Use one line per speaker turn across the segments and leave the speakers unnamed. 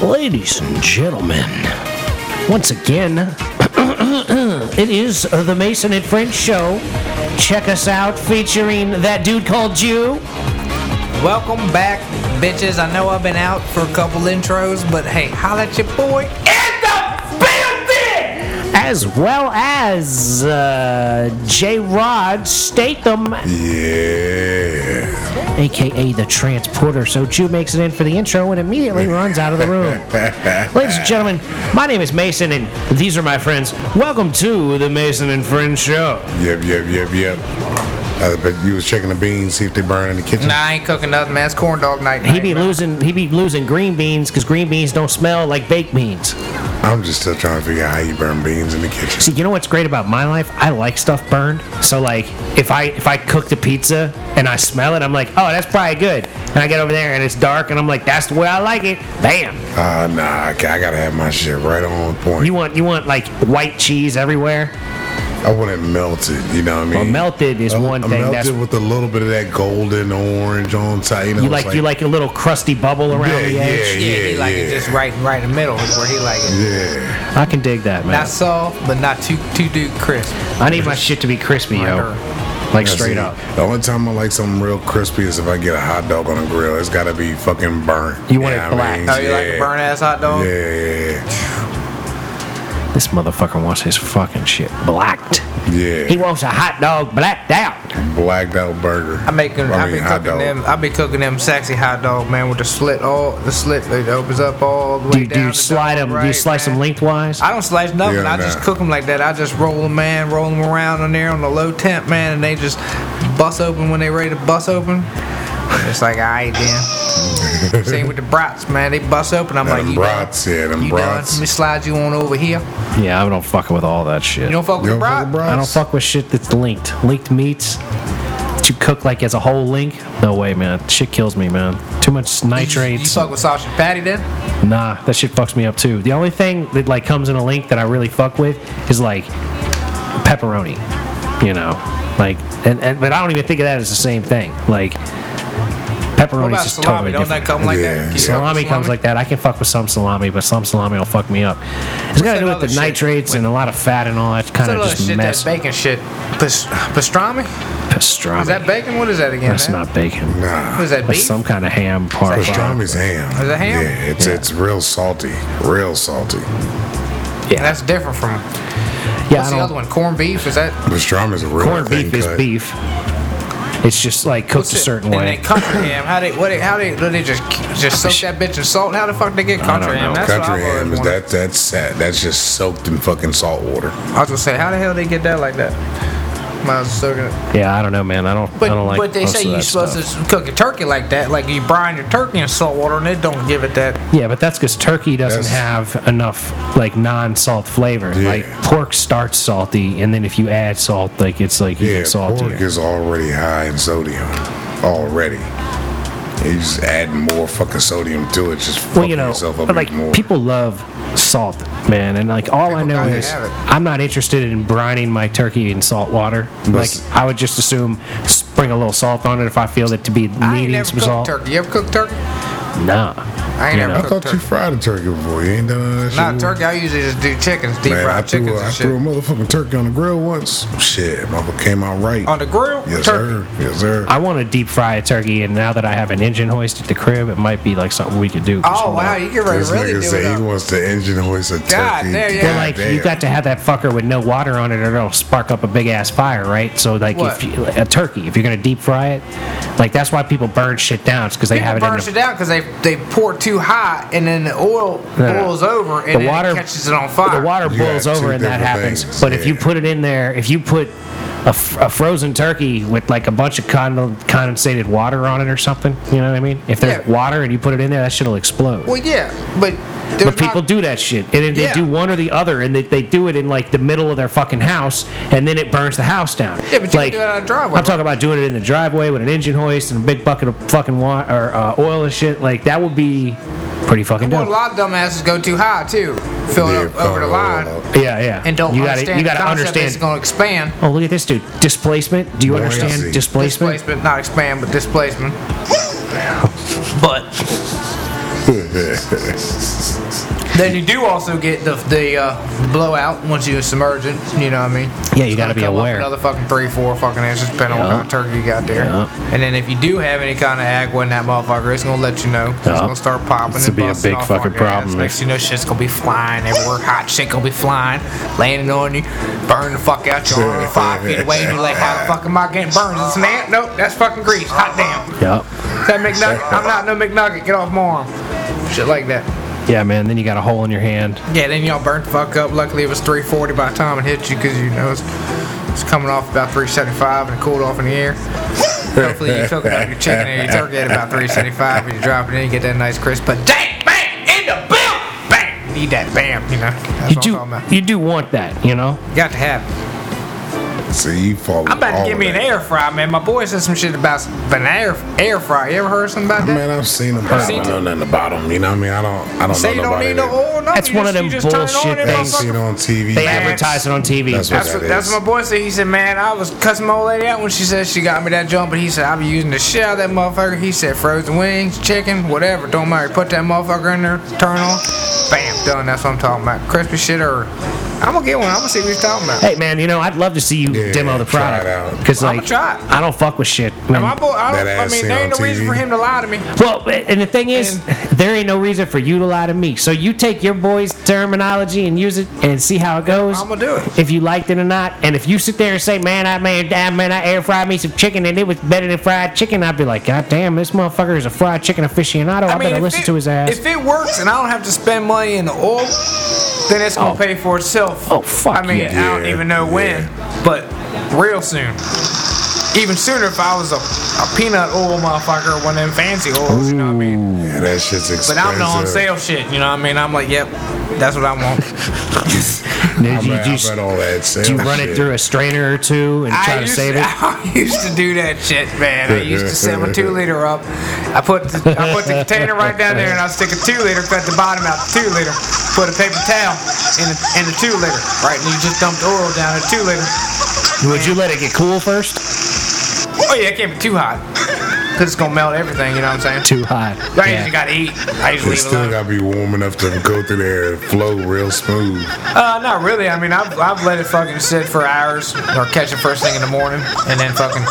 Ladies and gentlemen, once again, it is uh, the Mason and French Show. Check us out featuring that dude called Jew.
Welcome back, bitches. I know I've been out for a couple intros, but hey, holla at your boy in the building!
as well as uh, J Rod Statham. AKA the transporter. So Jew makes it in for the intro and immediately runs out of the room. Ladies and gentlemen, my name is Mason and these are my friends. Welcome to the Mason and Friends Show.
Yep, yep, yep, yep. Uh, but you was checking the beans, see if they burn in the kitchen.
Nah, I ain't cooking nothing, man. It's corn dog night.
He be losing he be losing green beans because green beans don't smell like baked beans.
I'm just still trying to figure out how you burn beans in the kitchen.
See, you know what's great about my life? I like stuff burned. So like, if I if I cook the pizza and I smell it, I'm like, oh, that's probably good. And I get over there and it's dark, and I'm like, that's the way I like it. Bam.
Uh, nah, I, ca- I gotta have my shit right on point.
You want you want like white cheese everywhere?
I want it melted, you know what I mean?
Well, melted is
I-
one
I
thing.
Melted
That's
with Uh, a little bit of that golden orange on top. You, know,
you
it's
like, you like a little crusty bubble around
Yeah,
the edge.
yeah, he
Yeah,
like
yeah.
it just right, right in the middle is where he like it.
Yeah.
I can dig that, man.
Not soft, but not too too dude crisp. Oh,
I need my shit to be crispy, yo. Like straight
See,
up.
The only time I like something real crispy is if I get a hot dog on a grill. It's gotta be fucking burnt.
You want
know
it
what I
black.
mean?
Oh, you like a burnt ass hot dog?
Yeah,
This motherfucker wants his fucking shit blacked.
yeah,
He
yeah.
wants a hot dog blacked out.
Blacked out burger.
I make them,
I
I,
mean,
be cooking
hot dog.
them. I be cooking them sexy hot dog man with the slit all the slit that opens up all the way
Do you,
down.
do you
the
slide
dog,
them? do you
right,
slice
man.
them lengthwise?
I don't slice nothing.
Yeah,
I just
nah.
cook them like that. I just roll them, man, roll them around in there on the low temp, man, and they just bust open when they ready to bust open. It's like, all right, then. Same with the brats, man. They bust open. I'm
Them
like, you
brats,
done?
yeah, them
you
brats.
done? Let me slide you on over here.
Yeah, I don't fuck with all that shit.
You don't fuck with
You
the
don't fuck
brat?
with
I don't fuck with shit that's linked. Linked meats that you cook like as a whole link. No way, man. Shit kills me, man. Too much
You
nitrates.
fuck with sausage patty then?
Nah, that shit fucks me up too. The only thing that like comes in a link that I really fuck with is like pepperoni. You know, like and, and but I don't even think of that as the same thing. Like
What
pepperoni
about
is just totally
salami? Don't
different.
that come like
Yeah.
that? Can you fuck with
Salami comes like that. I can fuck with some salami, but some salami will fuck me up. It's got to
that
do with
other
the
shit?
nitrates and a lot of fat and all that kind of
What's that other
just
shit,
mess.
that bacon shit? Pas- pastrami?
Pastrami.
Is that bacon? What is that again?
That's
man?
not bacon.
What
Nah.
is that
That's
beef?
some kind of ham part.
Pastrami's ham.
Is it ham?
Yeah, it's it's real salty, real salty.
yeah, that's different from.
Yeah,
What's
I
the other
don't,
one? Corned beef? Is that?
Pastrami's a real
corned
thin
beef is
cut.
beef. It's just like cooked a certain
and
way.
And they country ham. How they? What? They, how they? Do they just just soak that bitch in salt? How the fuck they get country
know.
ham? That's what
Country
I've always
ham is
wondered.
that that's that, that's just soaked in fucking salt water.
I was gonna say, how the hell they get that like that? Might as well soak it.
yeah, I don't know, man. I don't.
But
I don't like.
but they
most
say
of
you're
that
supposed to cook a turkey like that, like you brine your turkey in salt water, and it don't give it that.
to. Yeah, but that's because turkey doesn't
That's-
have enough like non-salt flavor.
Yeah.
Like pork starts salty, and then if you add salt, like it's like even
Yeah,
saltier.
pork is already high in sodium, already. You just add more fucking sodium to it, just fucking
well, you know,
yourself up
but, like
even more.
people love salt, man, and like all I
People
know
gotta
is
have it.
I'm not interested in brining my turkey in salt water.
That's-
like I would just assume spring a little salt on it if I feel it to be
I ain't
needing
never
some
cooked
salt.
turkey. You ever cooked turkey?
Nah,
I ain't
You
never
I
know.
cooked
thought you
turkey.
fried a turkey before. You ain't done none of that
Not
shit.
turkey. I usually just do chickens, deep
Man, I
fried
threw,
chickens
a, I
and
threw a
shit.
motherfucking turkey on the grill once. Shit, motherfucker came out right.
On the grill,
yes,
turkey.
sir. Yes, sir.
I want to deep fry a turkey, and now that I have an engine hoist at the crib, it might be like something we could do.
Oh wow, you can
this
really do
nigga
it.
said he
up.
wants the engine hoist a turkey.
God damn, yeah.
Well, like you
damn.
got to have that fucker with no water on it, or it'll spark up a big ass fire, right? So like if
What?
you, a turkey, if you're gonna deep fry it, like that's why people burn shit down, it's because they have it
People
in
burns
the
it out because they they pour too hot and then the oil
No, no.
boils over and
the
then
water
it catches it on fire.
The water
You got
boils
two
over and that
different
happens.
things,
But if you
yeah.
put it in there, if you put a, f- a frozen turkey with like a bunch of con- condensated water on it or something, you know what I mean? If there's
Yeah.
water and you put it in there, that shit'll explode.
Well, yeah, but there's
but people
not,
do that shit, and then they
Yeah.
do one or the other, and they, they do it in like the middle of their fucking house, and then it burns the house down.
Yeah, but you can
like,
do it on a driveway,
I'm talking about doing it in the driveway with an engine hoist and a big bucket of fucking water or uh, oil and shit. Like that would be pretty fucking
Well, a
dope.
lot of dumbasses go too high too, fill
Yeah,
it up over the
fuck,
line
hold up.
Yeah, yeah.
and don't
you gotta,
understand.
You got to
It's
understand
going to expand.
Oh, look at this dude. Displacement. Do you understand
Buoyancy.
displacement?
Displacement, not expand, but displacement. but Then you do also get the the uh, blowout once you submerge it. You know what I mean?
Yeah, you gotta
gonna
be
come up
aware.
Another fucking three, four fucking inches, depending on
Yeah.
what kind of turkey you got there.
Yeah.
And then if you do have any kind of agua in that motherfucker, it's gonna let you know. It's
Yeah.
gonna start popping.
This
and
would be a
busting
big
off
fucking
on your ass.
problem
Next
if-
thing you know, shit's gonna be flying everywhere. Hot shit gonna be flying, landing on you, burn the fuck out your arm. You're five feet away, and you're like, how the fuck am I getting burned? Is this an ant? Nope, that's fucking grease. Hot damn.
Yep.
Is that McNugget? I'm not no McNugget. Get off my arm. Shit like that.
Yeah, man. Then you got a hole in your hand.
Yeah, then y'all burnt the fuck up. Luckily, it was 340 by the time it hit you because you know it's, it's coming off about 375 and it cooled off in the air. Hopefully, you took it out your chicken and your turkey at about 375 and you drop it in, you get that nice crisp. But dang, bang, in the bill, bang, need that bam, you know. That's
You
what I'm
do,
talking about.
you do want that, you know?
You got to have. it.
See, you fall.
I'm about to give me an air fry, man. My boy said some shit about an air air fry. You ever heard something about that?
Man, I've seen them. I
seen
don't know nothing about them. You know what I mean? I don't. I don't
Say you
know
don't
nobody.
need no
that-
oil, no.
That's
you
one
just-
of them
you just turn it
bullshit
on and it
They
things.
motherfucker-
see it on TV.
They
man.
advertise it on TV.
That's
That's
that
what, that's
is.
what my boy said. He said, "Man, I was cussing my old lady out when she said she got me that jump." But he said, "I be using the shit out of that motherfucker." He said, "Frozen wings, chicken, whatever. Don't matter. Put that motherfucker in there. Turn on. Bam, done. That's what I'm talking about. Crispy shit or I'm gonna get one. I'm gonna see what he's talking about."
Hey man, you know I'd love to see you
Yeah,
demo the
try it
product
out.
because
I'ma
like
try it.
I don't fuck with shit. man.
And my boy, I, don't,
That
I
ass
mean,
seen
there ain't no
on
reason
TV.
for him to lie to me.
Well, and the thing is, there ain't no reason for you to lie to me. So you take your boy's terminology and use it and see how it goes.
I'ma do it.
If you liked it or not, and if you sit there and say, "Man, I man, I man, I air fried me some chicken and it was better than fried chicken," I'd be like, "God damn, this motherfucker is a fried chicken aficionado. I, better
if
listen
it-
to his ass."
If it works and I don't have to spend money in the oil, then it's gonna
Oh.
pay for itself.
Oh, fuck
I mean,
yeah.
I don't
Yeah,
even know when, but real soon. Even sooner if I was a, a peanut oil motherfucker, one of them fancy oils, you know what I mean?
Yeah, that shit's expensive.
But I'm the on sale shit, you know what I mean? I'm like, yep, that's what I want.
Did
I'm
you,
at,
do you,
I'm at all that sale.
do you run it
shit.
through a strainer or two and try
I
to
used
save
to,
it?
I used to do that shit, man. I used to set my two liter up. I put the, I put the container right down there, and I stick a two liter, cut the bottom out the two liter, put a paper towel in the, in the two liter, right? And you just dump the oil down in the two liter.
Would you let it get cool first?
Oh yeah, it can't be too hot, cause it's gonna melt everything. You know what I'm saying?
Too hot.
I
Yeah.
usually gotta eat. I usually leave
It
it
still
alone.
gotta be warm enough to go through there and flow real smooth.
Uh, not really. I mean, I've, I've let it fucking sit for hours, or catch it first thing in the morning, and then fucking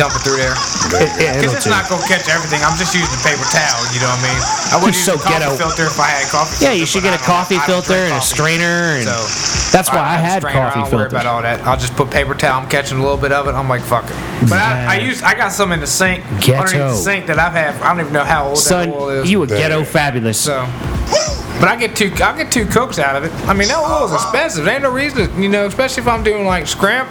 dump it through there.
It- yeah, it'll
Because it's
do.
not gonna catch everything. I'm just using a paper towel. You know what I mean? I wouldn't use
so
a coffee
ghetto.
filter if I had a coffee.
Yeah,
filter,
you should
but
get a
I don't-
coffee
I don't
filter
drink
and a
coffee.
strainer, and
So,
that's why
I
I
have a
had
strainer, I
coffee
don't worry about
filters.
all that. I'll just put paper towel. I'm catching a little bit of it. I'm like, fuck it. But I, I
Yeah.
use. I got some in the sink.
Ghetto.
Underneath the sink that I've had. I don't even know how old that oil
Son,
is.
you a
Damn.
ghetto fabulous.
so. But I get two. I get two cooks out of it. I mean, that oil is expensive. There ain't no reason. To, you know, especially if I'm doing like scrimp,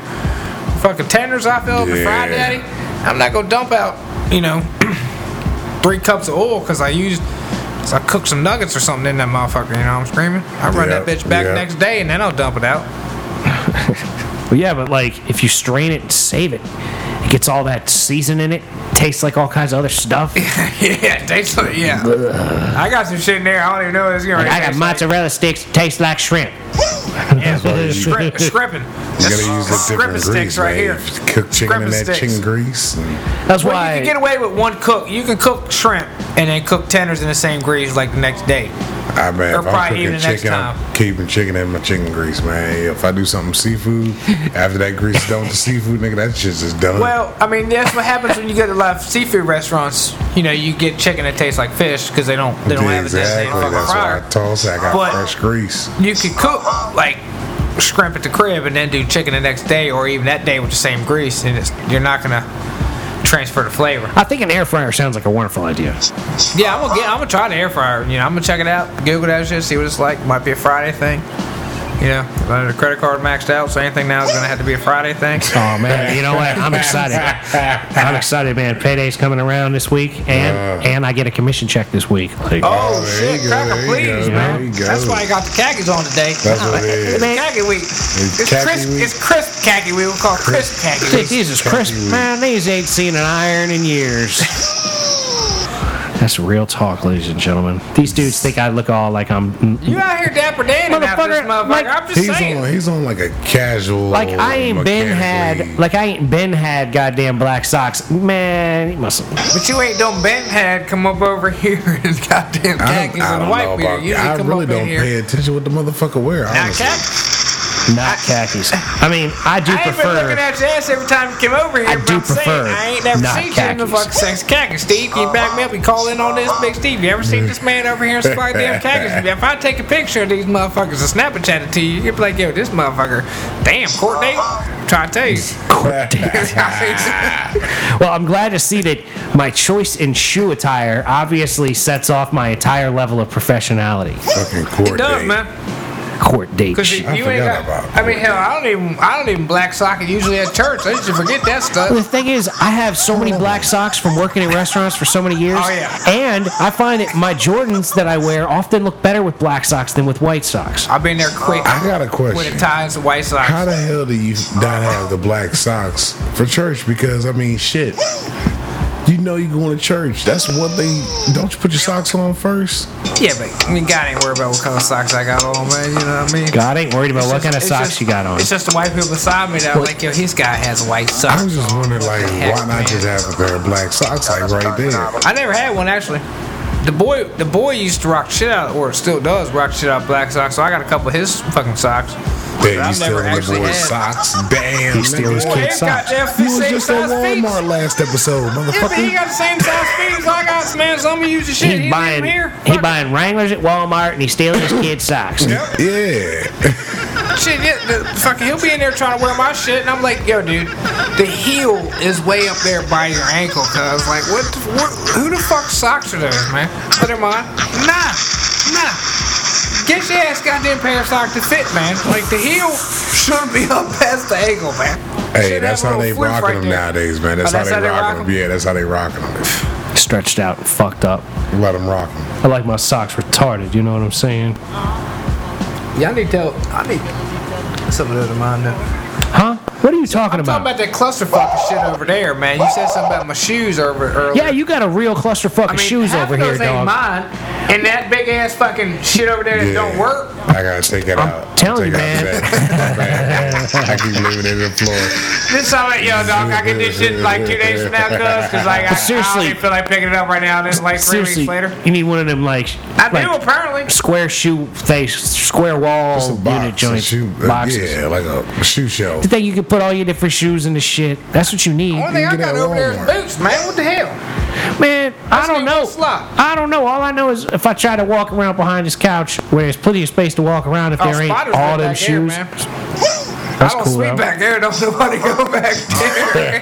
fucking tenders. I feel yeah.
Yeah.
fried daddy. I'm not gonna dump out. You know, three cups of oil because I used. So I cooked some nuggets or something in that motherfucker, you know what I'm screaming? I run that
Yep,
bitch back
yep.
next day and then I'll dump it out.
Well, yeah, but like if you strain it and save it, it gets all that season in it. Tastes like all kinds of other stuff. Like,
yeah, it tastes like, yeah. I got some shit in there, I don't even know what it's gonna
I got
taste
mozzarella sticks that taste like shrimp.
Like. Scri- scripping.
You gotta use a different grease,
sticks right
man.
here.
If you Cook chicken in
Scrapping
that
sticks.
chicken grease. And
That's
Well,
why.
you can get away with one cook. You can cook shrimp and then cook tenders in the same grease like the next day.
I mean,
Or
if
probably even
I'm cooking
the next
chicken,
time.
I'm keeping chicken in my chicken grease, man. If I do something seafood, after that grease is done with the seafood, nigga, that shit's just done.
Well, I mean, that's what happens when you go to a lot of seafood restaurants. You know, you get chicken that tastes like fish because they don't they don't have it that same
exactly.
fucking
That's
fryer.
why I toss it. I got
But-
fresh grease.
you could cook like shrimp at the crib and then do chicken the next day or even that day with the same grease and it's, you're not gonna transfer the flavor
I think an air fryer sounds like a wonderful idea.
Oh, yeah i'm gonna get i'm gonna try the air fryer you know i'm gonna check it out google that shit see what it's like might be a friday thing you know uh, the credit card maxed out so anything now is gonna have to be a friday thing
Oh man, you know what? I'm excited. I'm excited, man. Payday's coming around this week, and and I get a commission check this week. Like,
oh,
there
shit
you go,
cracker
there you
please
go, there
man
you go.
that's why i got the khakis on today
That's what it is.
Man.
khaki week it's,
khaki
crisp
week.
it's crisp khaki week we call it crisp khaki week
Jesus Christ, man, these ain't seen an iron in years.
That's real talk, ladies and gentlemen. These dudes think I look all like I'm.
You out here dapper dandy after this
Motherfucker,
motherfucker.
like,
I'm just
He's
saying.
on, he's on like a casual.
Like I ain't been had,
Oh, mechanically-
like I ain't been had goddamn black socks, man. You must. have
But you ain't done been had come up over here in goddamn
I don't,
khakis
I
and
don't
white
know
beater.
about
You
I
ain't come
really
up in
don't pay
here.
attention what the motherfucker wear.
Now,
Honestly.
Cap,
not khakis.
I mean, I do
I ain't been
prefer.
looking at your ass every time you came over here,
I
but
do
I'm saying
prefer
I ain't never
not
seen you in the
khakis.
fucking sex khakis. Steve, can you back me up and call in on this, Big Steve? You ever seen this man over here in some goddamn khakis? If I take a picture of these motherfuckers and snap and chat it to you, you'd be like, yo, this motherfucker, damn, Courtney, I'm trying to tell you.
Well, I'm glad to see that my choice in shoe attire obviously sets off my entire level of professionality.
Fucking court
it does,
date.
man.
Court date.
Cause you,
shit.
I
you ain't
forgot
got.
about
I mean, hell, I don't even. I don't even black sock it usually at church. I used to forget that
The
stuff.
thing is, I have so many black socks from working in restaurants for so many years.
Oh, yeah.
And I find that my Jordans that I wear often look better with black socks than with white socks.
I've been there quick
I got a
with
question.
the ties and white socks.
How the hell do you not have the black socks for church? Because I mean, shit. You know you going to church. That's one thing. Don't you put your socks on first?
yeah, but I mean, God ain't worried about what color socks I got on, man. You know what I mean?
God I ain't worried about
It's
what
just-
kind of
it's
socks
just-
you got on.
It's just the white people beside me that were like, yo, his guy has white
I
socks.
was just wondering, like,
heck,
why not just have a pair of black socks like right there?
I never had one actually. The boy, the boy used to rock shit out, or still does rock shit out black socks. So I got a couple of his fucking socks.
Damn,
I've
you stealing
never
the
actually
boy's
had-
socks. Damn,
He steal
nigga.
his
Boy,
kid's
they got
socks.
their
You was
same
just at
size feet.
Walmart last episode,
Yeah, but he
motherfucker.
got the same size feet as I got, man. Some of you use the shit.
He's
He
buying,
Here.
he
Fuck
buying Wranglers at Walmart and he's stealing his kid's socks.
Yeah.
shit. Yeah, the, fucking, he'll be in there trying to wear my shit, and I'm like, yo, dude, the heel is way up there by your ankle, cuz. Like, what, the, what? Who the fuck socks are those, man? Put them on. Nah, nah. Get your ass goddamn pair of socks to fit, man. Like the heel shouldn't be up past the ankle, man.
Hey,
Should
that's
have a
how they
little floof
rocking
right
them
there.
nowadays, man. That's,
Oh,
how they rocking
rock
'em.
'em?
Yeah, that's how they rocking them.
Stretched out and fucked up.
Let them rock 'em.
I like my socks retarded. You know what I'm saying?
Y'all need to tell. I need some of those in mind, though.
Huh? What are you
Talking
talking about?
about that clusterfuck shit over there, man. You said something about my shoes over earlier.
Yeah, you got a real clusterfuck
I
of
mean,
shoes
half
over
of
here,
those
dog.
ain't mine. And that big ass fucking shit over there that
Yeah.
don't work.
I gotta take it out.
telling
Take
you,
out the back. Man, I keep leaving it in the floor.
This all right, yo, dog. I can do shit in, like two days from now, cuz, cause like I, I don't
seriously-
even feel like picking it up right now. And then like three
Seriously,
weeks later,
you need one of them like,
I do
like
apparently.
square shoe face, square wall
It's a
unit
box. a
joints,
shoe,
uh,
boxes.
uh, Yeah, like a shoe shelf.
Think you can put all your different shoes in the shit. That's what you need.
One thing I
can get
got
it at
over there is
Walmart.
boots, man. What the hell?
Man, I
Let's
don't
make
know.
it slot.
I don't know. All I know is if I try to walk around behind this couch where there's plenty of space to walk around, if
Oh,
there ain't
spiders
all
live
them
back there,
shoes,
man.
that's
I don't
cool.
sleep
though.
back there. Don't nobody go back there.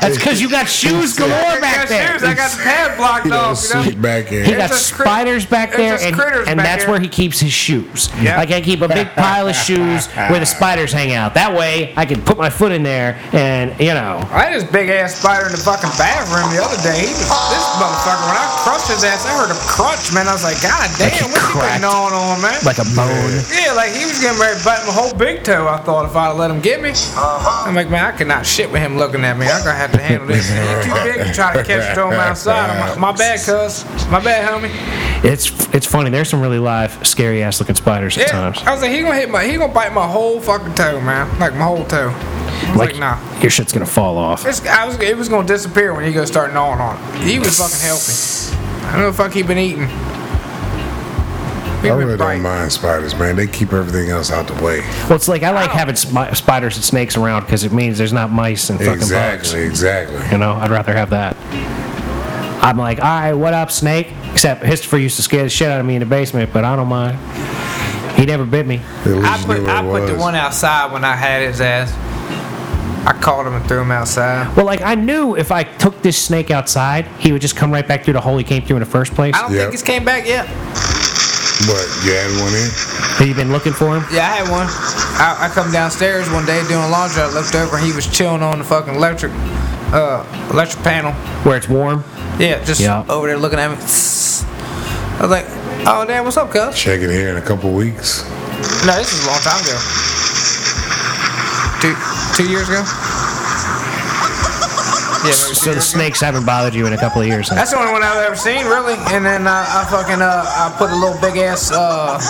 That's because you got shoes galore
I got
back there.
shoes. I got the pad blocked
You know,
off. You
seat
know?
back in.
He got
There's just crit-
spiders back
there's
there,
just
and,
critters
and
back
that's
there.
where he keeps his shoes.
Yeah.
Like I keep a big pile of shoes where the spiders hang out. That way, I can put my foot in there, and you know,
I had this big ass spider in the fucking bathroom the other day. He was, this motherfucker, when I crushed his ass, I heard him crunch, man. I was like, God
he
damn, what's he
cracked.
putting on on, man?
like a bone.
yeah, like he was getting ready to bite my whole big toe. I thought if I'd let him get me, I'm like, man, I could not shit with him looking at me. I'm gonna have to handle this. He's too big to try to catch it on my outside. I'm like, my bad, cuz. My bad, homie.
It's it's funny. There's some really live, scary ass looking spiders at
Yeah,
times.
I was like, he gonna hit my, he gonna bite my whole fucking toe, man, like my whole toe. I was like, nah.
Your shit's gonna fall off.
It's, I was, it was gonna disappear when he go start gnawing on it. He was fucking healthy. I don't know the fuck he been eating. He
I
been
really
bright.
don't mind spiders, man. They keep everything else out the way.
Well, it's like I like having smi- spiders and snakes around because it means there's not mice and fucking bugs.
Exactly, exactly.
You know, I'd rather have that.
I'm like, all right, what up, snake? Except Christopher used to scare the shit out of me in the basement, but I don't mind. He never bit me.
At least
I
you
put,
knew what
I
it
put the
was.
one outside when I had his ass. I caught him and threw him outside.
Well, like I knew if I took this snake outside, he would just come right back through the hole he came through in the first place.
I don't
Yep.
think he's came back yet.
But you had one in.
Have you been looking for him?
Yeah, I had one. I, I come downstairs one day doing laundry. I looked over and he was chilling on the fucking electric, uh, electric panel.
Where it's warm?
Yeah, just
Yeah.
over there looking at me. I was like, oh damn, what's up, cuz?
Check it here in a couple weeks.
No, this is a long time ago. Two two years ago. Yeah,
So the snakes haven't bothered you in a couple of years. Huh?
That's the only one I've ever seen, really. And then uh, I fucking uh, I put a little big ass uh,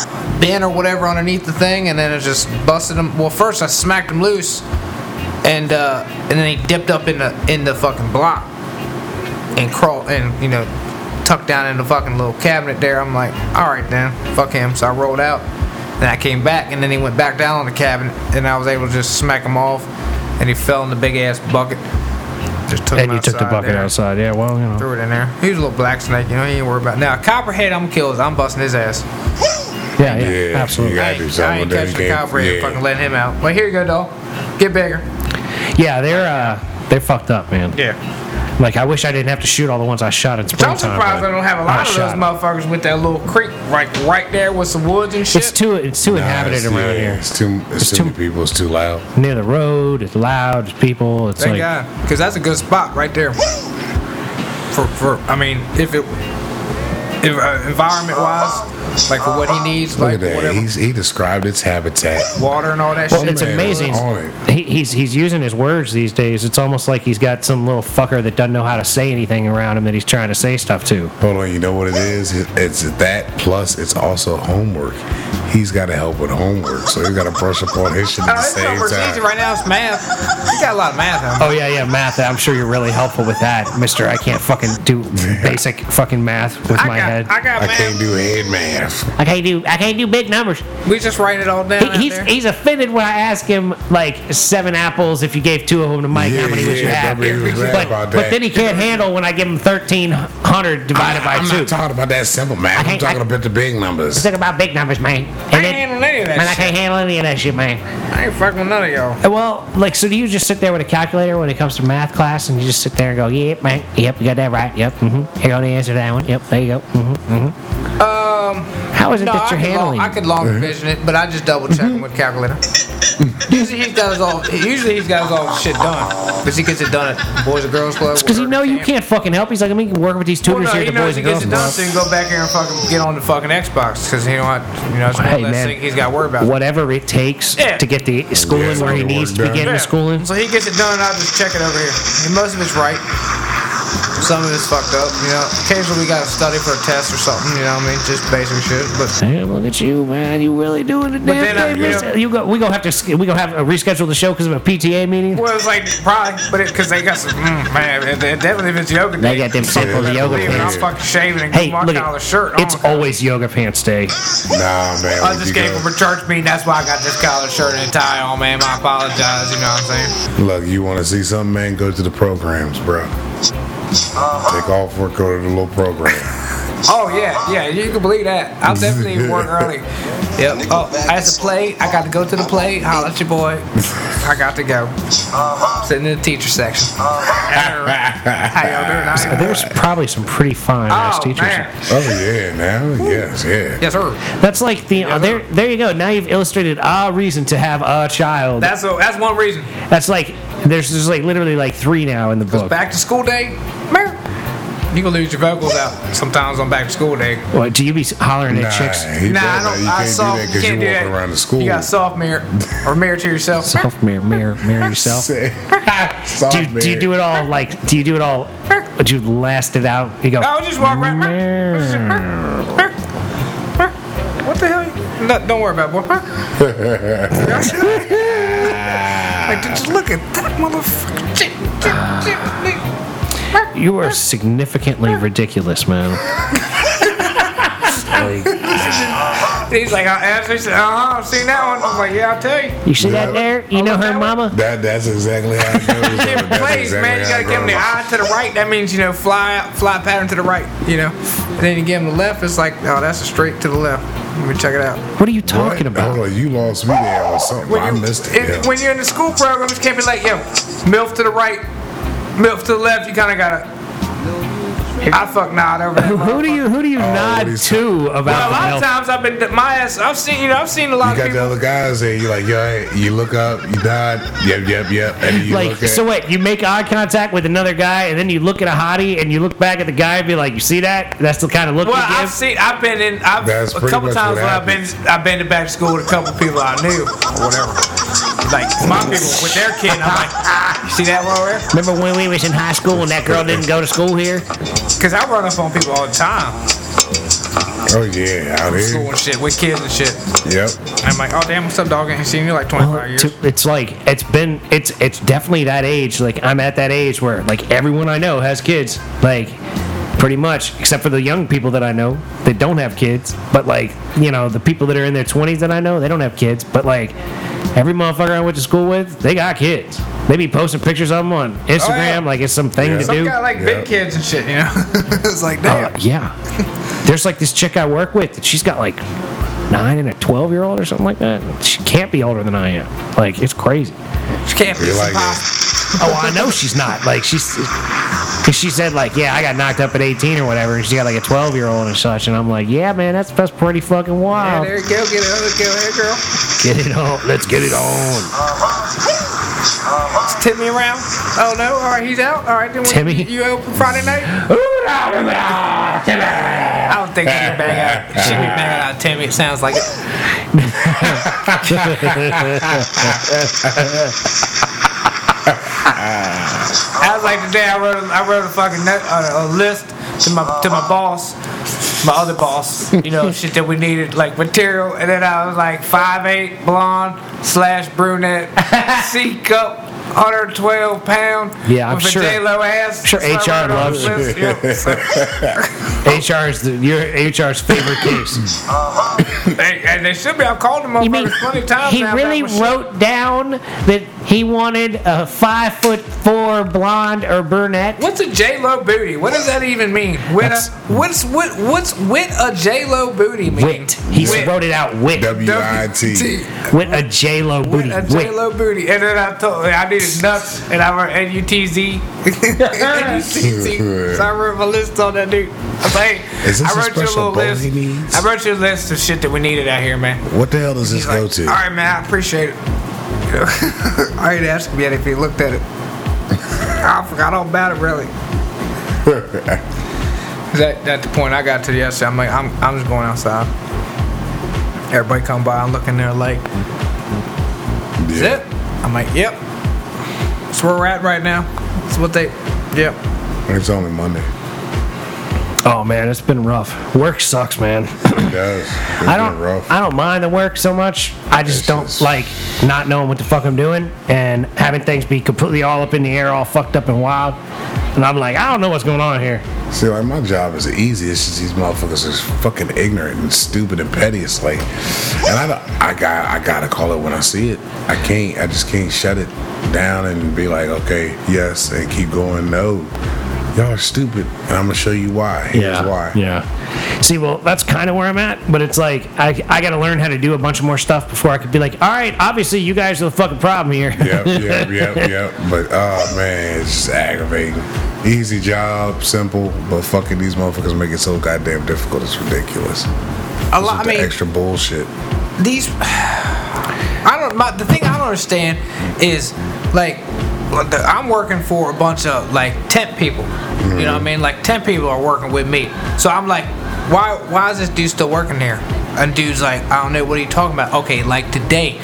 bin or whatever underneath the thing, and then it just busted him. Well, first I smacked him loose, and uh, and then he dipped up in the in the fucking block, and crawled and you know tucked down in the fucking little cabinet there. I'm like, all right then, fuck him. So I rolled out, and I came back, and then he went back down on the cabinet, and I was able to just smack him off, and he fell in the big ass bucket. Just took him
And you took the
outside
bucket
there
outside. Yeah, well, you know.
threw it in there. He was a little black snake, you know. He ain't worried about it. now. Copperhead, I'm kills. I'm busting his ass.
Yeah, yeah,
Yeah,
absolutely.
you
I
gotta do
ain't,
something
I ain't
with that. You
catching the
can't-
copperhead.
yeah.
Fucking letting him out. Well, here you go, doll. Get bigger.
Yeah, they're uh, they're fucked up, man.
Yeah.
Like I wish I didn't have to shoot all the ones I shot in springtime.
I'm surprised
but
I don't have a lot of
shot
those
'em.
motherfuckers with that little creek right, right there with some woods and shit.
It's too it's too inhabited
Nah, it's-
around
yeah,
here.
It's too, it's
It's
too,
too-
many people. It's too loud.
Near the road, it's loud, it's people. It's
Thank
like
God, because that's a good spot right there. For for I mean, if it if uh, environment wise, like for what he needs,
Look
like
at that.
whatever
He's, he described its habitat.
water and all that
Well,
shit.
it's
Man,
amazing.
on it.
He, he's he's using his words these days. It's almost like he's got some little fucker that doesn't know how to say anything around him that he's trying to say stuff to.
Hold on, you know what it is? It- It's that plus it's also homework. He's got to help with homework, so he's got to brush up on his shit
Oh,
at the
it's
same
numbers easy
time.
right now. It's math. He got a lot of math. On him.
Oh yeah, yeah, math. I'm sure you're really helpful with that, Mister. I can't fucking do basic fucking math with my
got,
head.
I got
I
math.
can't do head math.
I can't do I can't do big numbers.
We just write it all down.
He,
out
he's
there.
he's offended when I ask him like seven apples. If you gave two of them to Mike,
Yeah,
how many would you
yeah,
have?
nobody was mad
But,
about
but
that.
then he can't handle when I give him thirteen hundred divided by
I'm
two.
not talking about that simple math.
I
I'm
can't-
talking
I-
about the big numbers.
Talk about big numbers, man. And
I ain't handling any of that
man, I
shit.
can't handle any of that shit, man.
I ain't fucking with none of y'all.
Uh, Well, like, so do you just sit there with a calculator when it comes to math class, and you just sit there and go, "Yep, man. Yep, you got that right. Yep. Mm-hmm. Here go the answer to that one. Yep. There you go. Mm-hmm. Um, how is it Mm-hmm.
No,
that
I
you're
could, long,
handling?
I could long division it, but I just double check him with calculator.
Mm-hmm.
usually he's got his all. Usually he's got his all shit done, because he gets it done at Boys and Girls Club.
Because you
whatever
know you
camp.
can't fucking help. He's like, I mean, you can work with these tutors here
Well, no, he
at the
knows
boys
he
and
gets
girls.
it done,
Club.
so he can go back here and fucking get on the fucking Xbox, because you know what, you know, it's one
Hey,
less
man.
thing he's got to worry about.
Whatever it takes
Yeah.
to get the schooling
Yeah,
where he
get the
needs
work
to be getting
done.
Yeah.
the schooling.
So he gets it done, and I just check it over here. And most of it's right. Some of it's fucked up, you know. Occasionally we gotta study for a test or something, you know what I mean? Just basic shit. But
Hey, look at you, man. You really doing the damn
then uh, I-
thing.
you
mister.
know-
you go, we gonna have to sk- we gonna have to reschedule the show because of a PTA meeting.
well, it's like probably, but it because they got some mm, man. It, it definitely if it's yoga
They
day.
got them simple
I
yoga
believe it,
pants.
I'm fucking shaving and
Hey,
hey, my
look,
collar
at,
shirt.
it's
on.
Always yoga pants day.
Nah, man.
I
when
just
you
came
go-
from a church meeting. That's why I got this collar shirt and tie on, man. I apologize. You know what I'm saying?
Look, you want to see something, man? Go to the programs, bro.
Uh-huh.
Take off work, go to the little program.
Oh yeah, yeah. You can believe that. I'll definitely work early. Yep. Oh, as a play, I got to go to the play. Holla at your boy. I got to go. Sitting in the teacher section.
Oh, Uh-huh.
How y'all doing? How y'all doing?
There's probably some pretty fine ass
Oh
teachers.
man.
oh yeah, now yes, yeah.
Yes sir.
That's like the uh, there. There you go. Now you've illustrated a reason to have a child.
That's a, that's one reason.
That's like there's there's like literally like three now in the book.
Back to school day, man. You gonna lose your vocals out sometimes on back to school day.
What, do you be hollering
Nah,
at chicks?
he
Nah, I
does that.
don't. I
You can't
soft,
do that because
can't
you're
do
walking
that.
around the school.
You got soft mirror or mirror to yourself.
Self mirror, mirror, mirror yourself.
soft
Do, do you do it all like? Do you do it all? Would you last it out? You go.
Oh.
I'll just walk right. What the hell? No, don't worry about it, boy. like, just look at that motherfucker. Chip, chip, chip, chip.
You are significantly
Oh.
ridiculous, man.
He's like, I actually said, uh huh, I've seen that one. I'm like, yeah, I'll tell you.
You see
Yeah.
that there? You know her mama?
That that's exactly how it goes.
It
That's
plays,
exactly
man. You
how
gotta
it
give him the
goes.
eye to the right. That means, you know, fly out, fly pattern to the right, you know. And then you give him the left, it's like, oh, that's a straight to the left. Let me check it out.
What are you
What?
talking about?
Hold on, you lost me there or something. I
When you,
missed
in-
it. yeah.
when you're in the school program, you can't be like, yo, MILF to the right, MILF to the left. You kind of gotta. I fuck nod over. that
Who, who do you who do you
what
nod
Oh, he's-
to
Well,
about
a
the
lot of
milk?
times I've been my ass. I've seen you know I've seen a lot
You
of
got the
people.
other guys there. You're like, yo, hey, you look up, you nod, yep, yep, yep, and then you
Like
look at.
so, what you make eye contact with another guy, and then you look at a hottie, and you look back at the guy and be like, "You see that? That's the kind of look
Well,
you
I've
give."
seen. I've been in. I've
That's
a
pretty
couple
much
times
what
when I've been. I've been to back to school with a couple people I knew or whatever. Like my people with their kid, I'm like, ah, you see that one over there?
Remember when we was in high school and that girl didn't go to school here?
Cause I run up on people all the time,
Oh yeah, out
school
here.
and shit, with kids and shit.
Yep.
And I'm like, oh damn, what's up, dog? I ain't seen you like 25
Well,
years.
to- it's like it's been it's it's definitely that age. Like I'm at that age where like everyone I know has kids. Like pretty much, except for the young people that I know that don't have kids. But like you know the people that are in their 20s that I know they don't have kids. But like every motherfucker I went to school with, they got kids. They be posting pictures of them on Instagram like it's some thing
Yeah.
to
Oh, Some
do.
got like big
Yeah.
kids and shit, you know. it's like
Uh,
damn.
yeah. There's like this chick I work with. that She's got like nine and a 12 year old or something like that. She can't be older than I am. Like, it's crazy.
you can't be
You're like,
surprised.
Oh, I know she's not. Like, she's. Cause she said like, yeah, I got knocked up at 18 or whatever, and she got like a 12 year old and such, and I'm like, yeah, man, that's that's pretty fucking
Yeah,
wild.
there you go, get it, other girl, hey girl.
get it on, let's get it on.
Just tip me around. Oh no, all right, he's out. All right, then we-
Timmy?
you open Friday night? I don't think she'd bang out. She'd be banging out Timmy. It sounds like it. I was like today. I wrote a, I wrote a fucking note, uh, a list to my to my boss, my other boss. You know, shit that we needed like material, and then I was like five eight blonde slash brunette, C cup. 112 pound.
Yeah, I'm
with
sure-
A J-Lo ass.
sure
That's what I
HR
wrote on
loves
the
you.
list, yeah. So,
HR's the, your HR's favorite case.
they- and they should be. I've called them
You mean
motherfuckers plenty of times.
he
now,
really
but shit.
wrote down that he wanted a five foot four blonde or brunette?
What's a J Lo booty? What does that even mean? With
That's-
a, what's what what's what a J Lo booty mean?
Wit. He wrote it out. Wit.
W I T.
T.
With a J Lo booty.
A
Wit.
J Lo booty, and then I told I needed nuts, and I wrote N U T Z. So I wrote my list on that dude. I was like, hey,
Is this
I
a
wrote you a
special
little
bowl
list.
he needs?
I wrote you a list of shit that we needed out here, man.
What the hell does this
He's like,
go to?
All right, man, I appreciate it. I ain't asking yet if he looked at it. I forgot all about it, really. That that's the point I got to yesterday. I'm like, I'm I'm just going outside. Everybody come by, I'm looking there like, is
Yeah.
it? I'm like, yep. That's where we're at right now. That's what they, yep.
It's only Monday.
Oh man, it's been rough. Work sucks, man.
It does. It's
I don't
been rough.
I don't mind the work so much. I just
It's
don't
just-
like not knowing what the fuck I'm doing and having things be completely all up in the air, all fucked up and wild. And I'm like, I don't know what's going on here.
See, like my job is easy. It's just these motherfuckers are fucking ignorant and stupid and petty. It's like, and I, don't- I got, I gotta call it when I see it. I can't, I just can't shut it down and be like, okay, yes, and keep going. No, y'all are stupid, and I'm gonna show you why. Here's why.
Yeah. See, well, that's kind of where I'm at, but it's like I, I got to learn how to do a bunch of more stuff before I could be like, all right, obviously you guys are the fucking problem here.
Yep, yep, yep, yep. But oh man, it's just aggravating. Easy job, simple, but fucking these motherfuckers make it so goddamn difficult. It's ridiculous.
A lot. I
The
mean,
extra bullshit.
these I don't my, the thing I don't understand is like the- I'm working for a bunch of like temp people. You know what I mean? Like temp people are working with me. So I'm like, why why is this dude still working here? And dude's like, I don't know what are you talking about. Okay, like today.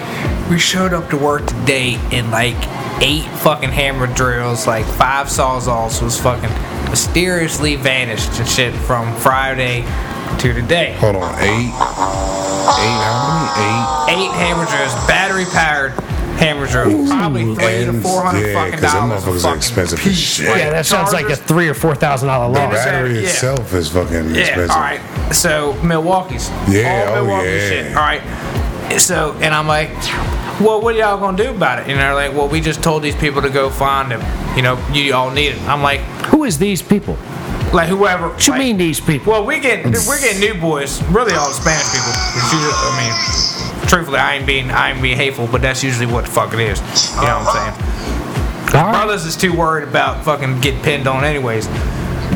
We showed up to work today in like eight fucking hammer drills, like five sawzalls was fucking mysteriously vanished and shit from Friday to today.
Hold on, eight, eight, how many? Eight.
eight hammer drills, battery powered hammer drills, probably three to
And-
four hundred
yeah,
fucking
'cause them
dollars. a
motherfuckers are
fucking
expensive as
piece,
shit.
like,
Yeah, that sounds like a
chargers.
three or four thousand dollar
The
loss.
battery
Yeah.
itself is fucking
Yeah,
expensive.
all right. So Milwaukee's,
Yeah,
all
oh,
Milwaukee
yeah.
shit. All right. So and I'm like, well, what are y'all gonna do about it? And they're like, well, we just told these people to go find him. You know, you all need it. I'm like,
Who is these people?
like whoever.
What you
like-
mean these people?
Well, we get we're getting new boys, really all the Spanish people. It's usually- I mean, truthfully, I ain't being I ain't being hateful, but that's usually what the fuck it is. You know what I'm saying?
All right.
Brothers is too worried about fucking getting pinned on anyways. You know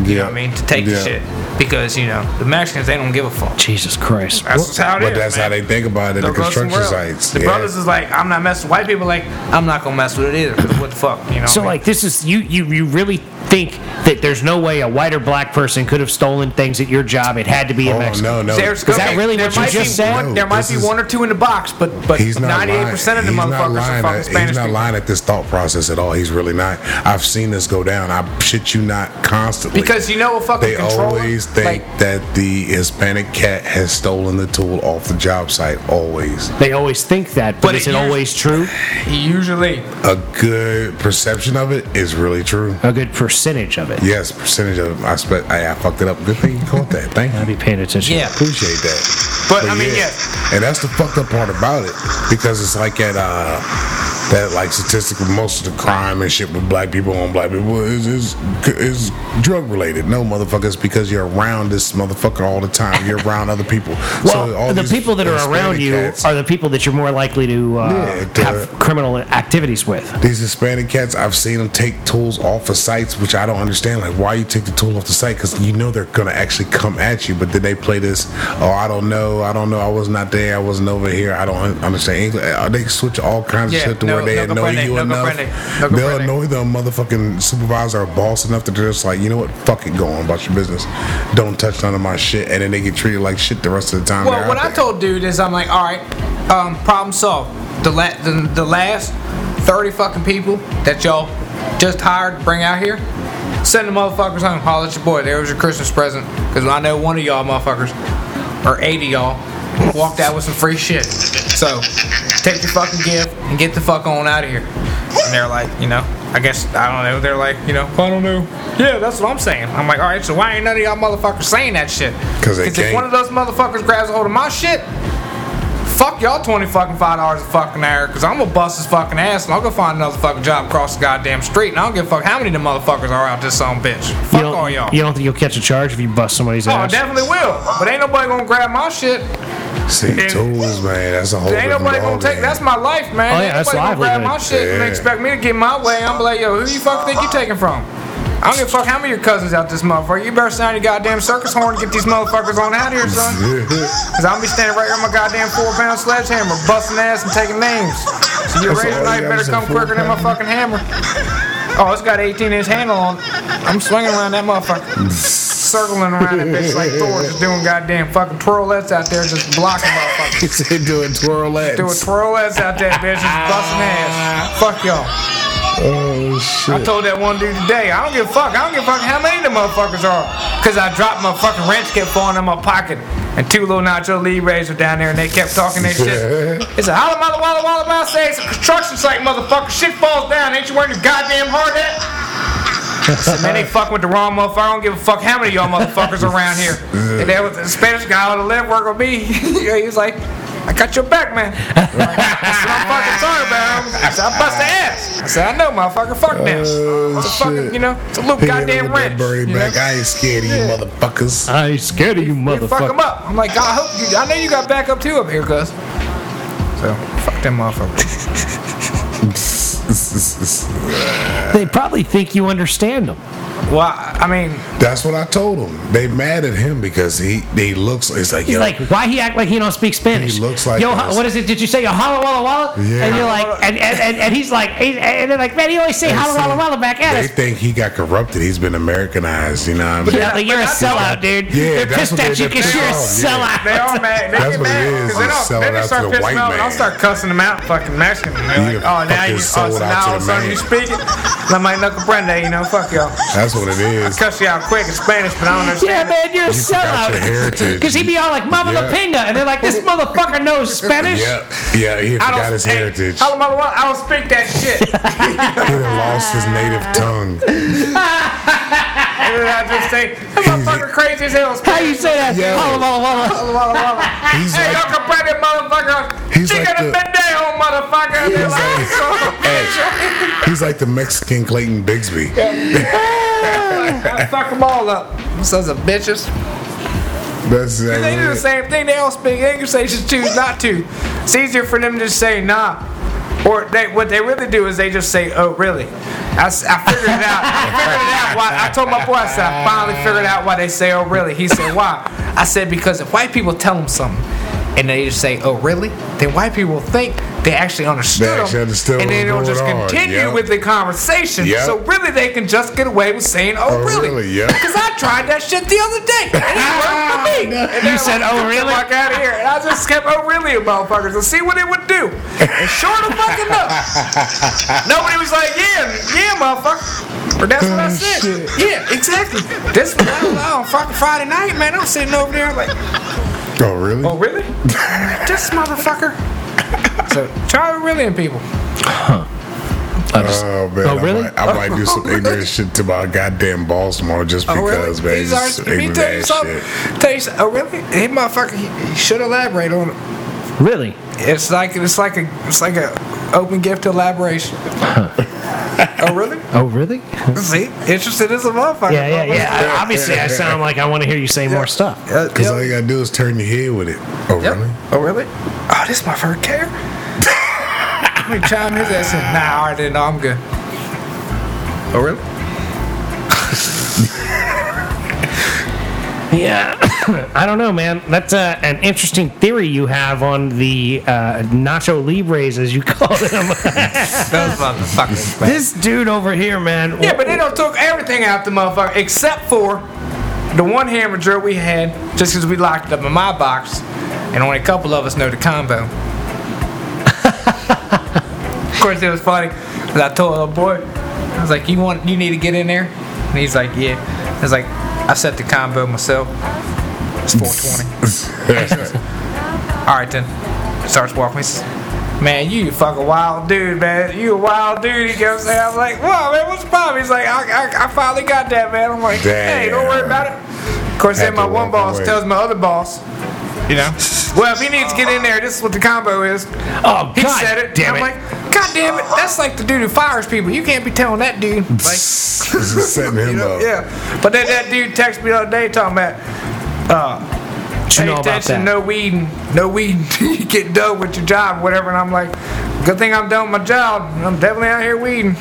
what
Yeah.
I mean? To take the
Yeah.
shit. Because, you know, the Mexicans, they don't give a fuck.
Jesus Christ.
That's just how it is.
But that's
man.
how they think about it. The,
They'll go
construction
somewhere else.
sites.
The
yeah.
brothers is like, I'm not messing. White people like, I'm not gonna mess with it either. 'cause What the fuck, you know? what I
So
mean?
like this is you you you really think that there's no way a white or black person could have stolen things at your job? It had to be in
oh
Mexico.
no, no.
There's-
Is that really
there
what you
might be
just said?
One, there
No,
might
this
be
is-
one or two in the box, but but
He's not
98% of the
lying. He's not
motherfuckers are
lying
fucking
at-
Spanish
He's not
people.
lying at this thought process at all. He's really not. I've seen this go down. I shit you not constantly.
Because you know what fucking
they
controller?
always think
Like-
that the Hispanic cat has stolen the tool off the job site. Always
They always think that, but,
But
is
it
it
usu-
always true?
Usually,
a good perception of it is really true.
A good percentage of it.
Yes, percentage of I spe- I, I fucked it up. Good thing you caught that. Thank you.
I'd be paying attention.
yeah.
appreciate that.
But, I mean, yes.
And that's the fucked up part about it because it's like at uh, that like statistical most of the crime and shit with black people on black people is is is drug related. No motherfuckers because you're around this motherfucker all the time. You're around other people.
Well,
all
the
these
people that are around
Hispanic
you
cats-
are the people that you're more likely to
Yeah,
uh,
to-
have criminal activities with.
These Hispanic cats, I've seen them take tools off of sites, which I don't understand. Like, why you take the tool off the site? Because you know they're gonna actually come at you. But then they play this, oh, I don't know, I don't know, I was not there, I wasn't over here, I don't un- understand English. Uh, They switch all kinds
Yeah,
of shit to
no-
where they
no
annoy
comprende,
you
no
enough.
comprende, no
They'll
comprende.
annoy the motherfucking supervisor or boss enough that they're just like, you know what, fuck it, go on about your business. Don't touch none of my shit. And then they get treated like shit the rest of the time.
Well,
they're
what
out
I
there.
told dude is, I'm like, all right, um, problem solved. The, la- the the last thirty fucking people that y'all just hired, to bring out here, send the motherfuckers home. Holler at your boy. There was your Christmas present, because I know one of y'all motherfuckers, or eighty y'all, walked out with some free shit. So take your fucking gift and get the fuck on out of here. And they're like, you know, I guess I don't know. They're like, you know, I don't know. Yeah, that's what I'm saying. I'm like, all right, so why ain't none of y'all motherfuckers saying that shit?
'Cause they
if
can't.
one of those motherfuckers grabs a hold of my shit, fuck y'all twenty fucking five dollars a fucking hour, cause I'm gonna bust his fucking ass and I'll go find another fucking job across the goddamn street, and I don't give a fuck how many of the motherfuckers are out this son of a bitch. Fuck
you don't,
all y'all.
You don't think you'll catch a charge if you bust somebody's
Oh, I
ass?
definitely will, but ain't nobody gonna grab my shit.
See, tools, man, that's a whole
Ain't
different
nobody gonna
ballgame.
take. That's my life, man.
Oh, yeah,
Ain't
that's
nobody gonna grab my
livelihood.
shit and
Yeah.
expect me to get my way. I'm like, yo, who you fuck think you taking from? I don't give a fuck how many of your cousins out this motherfucker. You better sound your goddamn circus horn and get these motherfuckers on out of here, son. Cause I'll be standing right here on my goddamn four pound sledgehammer, busting ass and taking names. So your
That's
razor
all
knife
you
better
got
come
is a four
quicker than my
pound?
fucking hammer. Oh, it's got 18 inch handle on. it. I'm swinging around that motherfucker, circling around that bitch like Thor, just doing goddamn fucking twirlettes out there, just blocking motherfuckers.
He said doing twirl ads.
Doing twirl ass out there, bitch. Just busting ass. Fuck y'all.
Oh shit.
I told that one dude today, I don't give a fuck. I don't give a fuck how many of the motherfuckers are. Cause I dropped my fucking wrench, kept falling in my pocket. And two little Nacho Libres were down there and they kept talking their shit. It's a holla, holla, holla, holla, holla, say it's a construction site, motherfucker. Shit falls down. Ain't you wearing your goddamn hard hat? And then they fuck with the wrong motherfucker. I don't give a fuck how many of y'all motherfuckers around here. And there was a Spanish guy on the left working with me. he was like, I got your back, man. That's what I'm fucking talking about. I said, I bust the ass. I said, I know, motherfucker. Fuck them.
Oh,
It's a fucking,
shit.
you know, it's a little
He hit him
goddamn
with that
wrench.
Bird
you know?
back. I ain't scared of you motherfuckers.
I ain't scared of you,
You fuck them
motherfucker.
up. I'm like, I hope you, I know you got backup too up here, cuz. So, fuck them motherfuckers.
They probably think you understand them.
Well, I I mean,
That's what I told him. They mad at him because he he looks. It's like
He's
yo,
like, why he act like he don't speak Spanish?
He looks like
yo.
us.
What is it? Did you say yo holla walla walla?
Yeah.
And you're like, and and, and, and he's like, he's, and they're like, man, he always say holla
so
walla walla back at
They
us.
think he got corrupted. He's been Americanized. You know what I mean?
Yeah, like, you're a
that's what-
sellout, dude.
Yeah,
They're
that's
pissed
what
at
they-
you because
they
you're a
are, yeah.
sellout.
They are mad. They
That's
get
what it
mad
is,
because they
is
don't.
selling
Then they
out
start
to the
pissing
white
me off, and I'll
man.
start cussing them out, fucking Mexican. And they're
You
like, oh, now
fucking
you, oh, so
sold out
now
to
all of a
the
sudden
man.
you speaking. And I'm like, knuckle brenda, you know, fuck y'all.
That's what it is.
Cuss you out quick in Spanish, but I don't
Yeah,
understand. it.
man, you're a
You forgot your
sellout.
heritage.
Because he'd be all like, Mama
Yeah.
La Pinga. And they're like, this motherfucker knows Spanish.
Yep. Yeah, he
I
forgot
don't,
his
hey,
heritage.
hello, mother, what? I don't speak that shit.
He done lost his native tongue.
and then I just say, that motherfucker crazy as hell.
How you say that?
Yo.
Holla, walla, walla.
He's
Hey,
like,
knuckle brenda, motherfucker.
He's
Chicken
like
like
the-
pendejo, motherfucker. And they're
He's
like,
like-
"Son of a bitch."
he's like the Mexican Clayton Bigsby.
I fuck them all up. Sons of bitches.
That's
They do the
exactly. it.
same thing. They all speak English. They just choose not to. It's easier for them to just say nah. Or they, what they really do is they just say, oh, really? I, s- I figured it out. I figured it out why I, I told my boy, I said, I finally figured out why they say, oh, really. He said, why? I said, because if white people tell them something and they just say, oh, really, then white people think they actually understood
They actually
'em,
understood
and
what
then
was
they'll just
going on,
continue
yep.
with the conversation.
Yep.
So really, they can just get away with saying, oh,
Oh,
really.
really, yep.
Because I tried that shit the other day. And it worked for me. And
You
they're
said,
like,
"Oh,
"Get the
really?"
fuck out of here. And I just kept, oh, really, you motherfuckers, and see what it would do. And sure the fucking up. Nobody was like, yeah, yeah, motherfucker. Or that's what I
Oh,
said.
shit.
Yeah, exactly. This was on fucking Friday night, man. I'm sitting over there like,
Oh, really?
oh, really? this motherfucker. So, try to really in people.
Oh man,
Oh, really?
I, might, I might do some ignorant shit to my goddamn balls tomorrow just
Oh, really?
because, man.
These
Just
are, let me
ignorant
tell you
ass
something.
shit.
Tell you, something. oh, really? Hey, motherfucker, he, he should elaborate on it.
Really?
It's like it's like a it's like a open gift to elaboration. oh really?
Oh, really?
See, interested as a motherfucker.
Yeah, yeah, yeah. I- Obviously, I sound like I want to hear you say more stuff.
Uh,
Because
yep.
all you gotta do is turn your head with it. Oh,
Yep.
really?
Oh really? Oh, this my first care. Let me chime his ass in. Nah, I didn't. know I'm good. Oh really?
Yeah, I don't know, man. That's uh, an interesting theory you have on the uh, Nacho Libres, as you call them.
Those motherfuckers. man.
this dude over here, man.
Yeah, but they don't took everything out the motherfucker except for the one hammer drill we had, just because we locked it up in my box, and only a couple of us know the combo. of course, it was funny 'cause I told little boy, I was like, "You want, you need to get in there," and he's like, "Yeah." I was like, "I set the combo myself. It's 420." All right then. Starts walking. He says, Man, you fucking wild dude, man. You a wild dude. He goes, and I'm like, wow, man, what's the problem? He's like, I, I, I finally got that, man. I'm like, hey, don't worry
Damn.
about it. Of course, then
Had
my
to
one
walk
boss
away.
tells my other boss, you know, well, if he needs to get in there, this is what the combo is.
Oh,
He
God
said it.
damn it.
I'm like, God damn it. That's like the dude who fires people. You can't be telling that dude. Like,
This is setting him up.
yeah. But then that dude texted me the other day talking about,
What you
pay
know about that?
attention, no weeding, no weeding. you get done with your job, whatever. And I'm like, good thing I'm done with my job. I'm definitely out here weeding.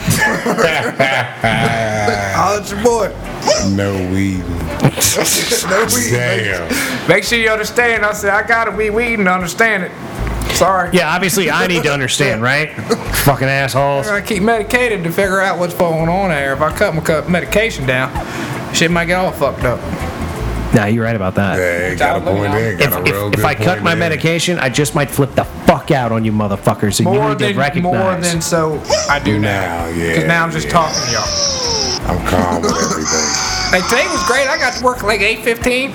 oh, it's your boy.
No weed.
No weeding.
Damn.
Make sure you understand. I said, I gotta be weeding to understand it. Sorry.
Yeah, obviously, I need to understand, right? Fucking assholes.
I keep medicated to figure out what's going on there. If I cut my cut medication down, shit might get all fucked up.
Nah, you're right about that.
Yeah, it got a point there. it
If,
Got a real
if,
good
if I cut
point
my
there.
medication, I just might flip the fuck out on you motherfuckers, and you
More
need
than
to recognize.
more than so I do now.
now, yeah.
'Cause now I'm just
yeah.
talking to y'all.
I'm calm with everything.
Like today was great. I got to work like eight fifteen.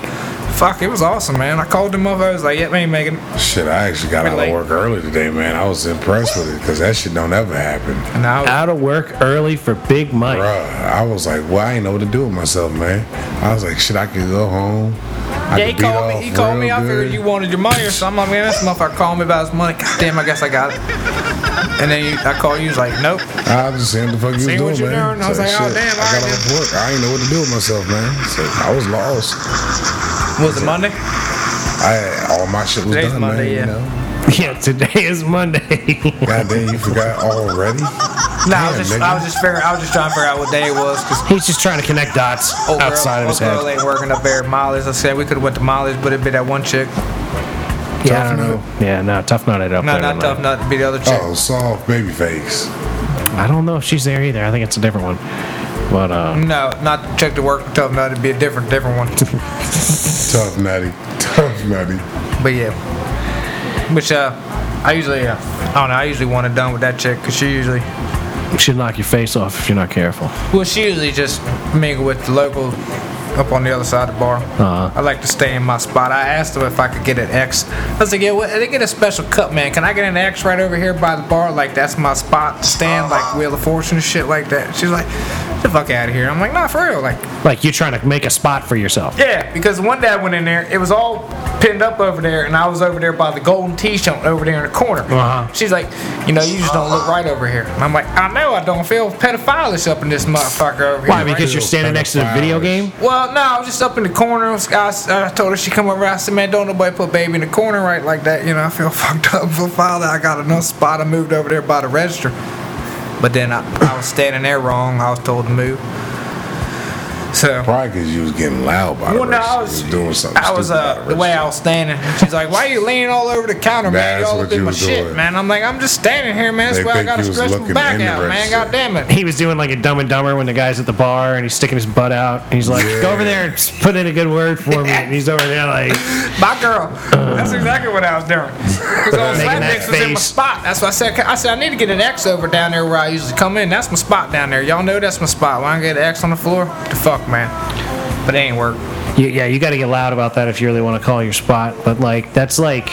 Fuck, it was awesome, man. I called them up. I was like, "Yep, we ain't making." it."
Shit, I actually got out of work early today, man. I was impressed with it because that shit don't ever happen.
And I was,
Out of work early for Big Mike.
Bruh, I was like, well, I ain't know what to do with myself, man. I was like, shit, I could go home. I
yeah, he
could beat
called
off
me. He called me.
real
I figured
good.
you wanted your money or something. I'm like, man, this motherfucker called me about his money. God damn, I guess I got it. And then you, I called you. He's like, nope.
I was just saying the fuck you was
See
doing,
what you
man.
doing? I was
So,
like, oh,
shit,
damn,
I
I
got off
did-
work. I ain't know what to do with myself, man. So I was lost.
Was it Monday?
I all my shit was
Today's
done,
Monday,
man.
yeah.
Yeah, today is Monday.
You know? God damn, you forgot already?
No, I was
Damn,
just,
nigga.
I was just figuring. I was just trying to figure out what day it was because
He's just trying to connect dots
Oh,
old girl,
outside of
old
his
girl
head.
ain't working up there at Molly's. I said we could have went to Molly's, but it'd be that one chick.
Yeah, I don't know. Yeah, no, tough nut it up
No,
there.
not
man.
tough nut. It'd be the other chick.
Oh, soft baby face.
I don't know if she's there either. I think it's a different one. But uh,
No, not the chick to work tough nut. It'd be a different, different one.
Tough nutty. Tough nutty.
But yeah, which uh, I usually uh, I don't know. I usually want it done with that chick because she usually Mm.
she'll knock your face off if you're not careful.
well she usually just mingle with the local up on the other side of the bar.
Uh-huh.
I like to stay in my spot. I asked her if I could get an X. I was like, yeah, what, they get a special cup, man. Can I get an X right over here by the bar? Like that's my spot to stand, like Wheel of Fortune and shit like that. She's like, get the fuck out of here. I'm like, nah, for real, like.
Like you're trying to make a spot for yourself.
Yeah, because one day I went in there, it was all pinned up over there, and I was over there by the golden t-shirt over there in the corner.
Uh-huh.
She's like, you know, you just don't look right over here. And I'm like, I know I don't feel pedophilish up in this motherfucker over
Why?
here. right?"
Because you're standing next to the video game.
Well, no, I was just up in the corner. I, was- I told her she come over. I said, man, don't nobody put baby in the corner right like that. You know, I feel fucked up. For father, I got enough spot. I moved over there by the register. But then I, I was standing there wrong. I was told to move. So.
Probably because you was getting loud by
Well,
the
no, I
restaurant.
was-
You was doing something.
I was
stupid by
uh, the
restaurant.
way I was standing. She's like, "Why you leaning all over the counter, man?
That's
Y'all
what
looked at
you
my
was
shit,
doing.
man." I'm like, "I'm just standing here, man. That's
They
why I
think
gotta
you was
stretch my
looking
back
in the
out, man.
register.
God damn it."
He was doing like a dumb and dumber when the guy's at the bar and he's sticking his butt out and he's like, "Go over there and s- put in a good word for me." And he's over there like,
My girl. That's exactly what I was doing. Because old
Making
flat
that
mix was in my
face.
spot. That's what I said. I said I need to get an X over down there where I usually come in. That's my spot down there. Y'all know that's my spot. Why don't I get an X on the floor? The fuck, man. But it ain't work.
"You- "Yeah, you got to get loud about that if you really want to call your spot." But like, that's like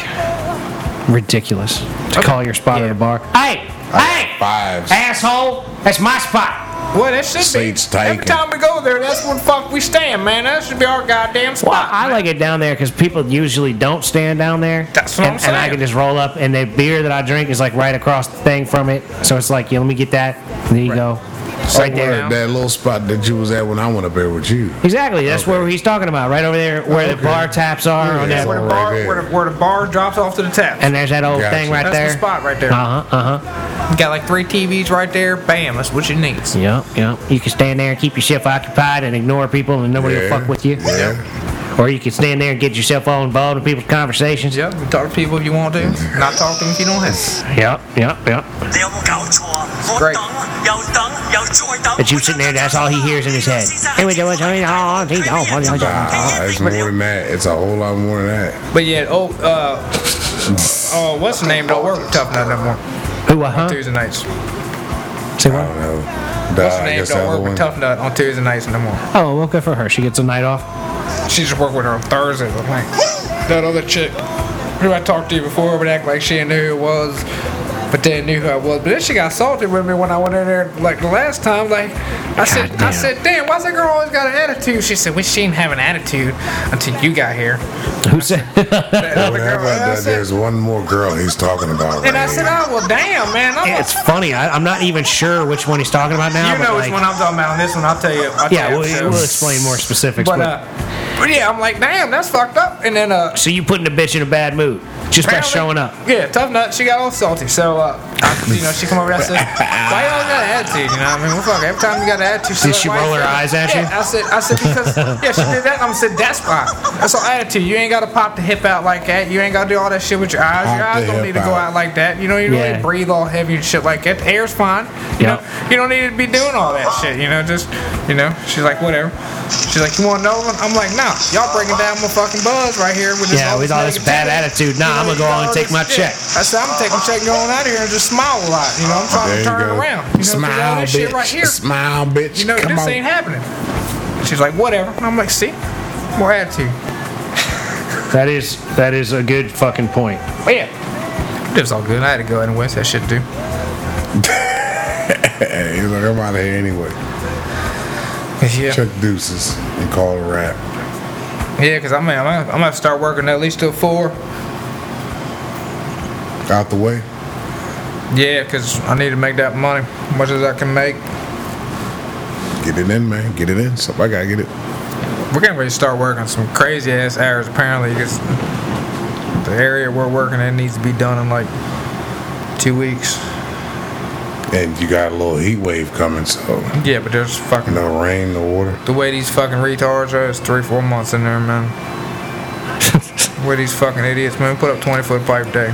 ridiculous to call your spot at a bar. Hey, hey,
Fives.
asshole, that's my spot.
Well, that should
Saints
be. Every
taken.
time we go there, that's when fuck we stand, man. That should be our goddamn spot.
Well, I like it down there because people usually don't stand down there.
That's what
and,
I'm
And I
saying.
can just roll up, and the beer that I drink is like right across the thing from it. So it's like, yeah, let me get that. And there you go, right
Somewhere
there.
at Oh, That little spot that you was at when I went up there with you.
Exactly. That's where he's talking about, right over there where the bar taps are. on
Yeah.
that,
where the
right
bar,
there.
where the, where the bar drops off to the tap.
and there's that old
Gotcha.
thing right
that's
there.
the spot right there.
Uh huh. Uh huh.
Got like three TVs right there. Bam, that's what you need.
Yep. Yep. You can stand there and keep yourself occupied and ignore people, and nobody
Yeah.
will fuck with you.
Yeah.
Or you can stand there and get yourself all involved in people's conversations.
Yep, you talk to people if you want to. Not talk to them if you don't have to.
Yep. Yep. Yep.
你有冇搞錯啊？我
Great.
等又等又再等。
But you sitting there, that's all he hears in his head. Hey, what you- what you- what you- oh, he- oh, oh, oh, oh.
Nah, it's more than that. It's a whole lot more than that.
But yeah, oh, uh, oh, what's the name? Don't work with Tough Nut no more.
Who? What? Huh?
Tuesday nights.
uh-huh. Say
I
what?
don't know.
What's
Duh,
Uh, the
I
name?
guess that
Don't work
one.
with Tough Nut on Tuesday nights no more.
Oh, well, good for her. She gets a night off.
She just worked with her on Thursdays, I think. That other chick who I talked to before would act like she knew who it was, but then knew who I was. But then she got salty with me when I went in there like the last time. Like I said, I
Goddamn.
said, damn, why's that girl always got an attitude? She said, well, she didn't have an attitude until you got here.
Who said?
That other
Well, how
girl, and I
about that?
said-
There's one more girl he's talking about.
And I
right
said,
here.
oh, well, damn, man. I'm
it's funny. I, I'm not even sure which one he's talking about now.
you
but
know
like,
which one I'm talking about on this one. I'll tell you. I'll tell
Yeah,
you
we'll,
after.
we'll explain more specifics.
but,
But,
uh, but yeah, I'm like, damn, that's fucked up. And then, uh,
so you putting a bitch in a bad mood just by
apparently-
showing up.
Yeah, tough nut. She got all salty. So, uh, I, you know, she come over and I said, why y'all got an attitude? You know, what I mean, well, fuck, every time you got an attitude, she's
Did
like,
she
why
roll her
you got-
eyes at
yeah,
you?
I said, I said because yeah, she did that. And I said that's why. That's all attitude. You ain't got to pop the hip out like that. You ain't got to do all that shit with your eyes. Your
Pop
eyes
the
don't
hip
need to go
out.
out like that. You know, you don't need to
Yeah.
breathe all heavy and shit like that. The air's fine. You
Yeah.
know, you don't need to be doing all that shit. You know, just you know. She's like whatever. She's like, you want another one? I'm like, nah. Y'all breaking down my fucking buzz right here with this
Yeah, with all this bad attitude. Nah, I'ma go on and take my check.
I said, I'm taking check going out of here and just smile a lot. You know, I'm trying
There
to
you
"Oh, turn it
go.
around. You know, 'cause all
Smile,
this
bitch.
shit right here.
Smile, bitch.
You know,
Come
this
on.
ain't happening. She's like, whatever. And I'm like, see? More attitude.
That is that is a good fucking point.
But yeah. It was all good. I had to go ahead and waste that shit, too.
Hey, he's like, I'm out of here anyway.
Yeah.
Chuck deuces and call it a wrap.
Yeah, because I'm, gonna- I'm, gonna- I'm going to start working at least till 4.
Out the way.
Yeah, because I need to make that money. As much as I can make.
Get it in, man. Get it in. So I gotta get it.
We're getting ready to start working some crazy ass hours, apparently, because the area we're working in needs to be done in like two weeks.
And you got a little heat wave coming, so
Yeah, but there's fucking.
no rain, no water.
The way these fucking retards are, it's three, four months in there, man. Where these fucking idiots, man, put up 20 foot pipe day.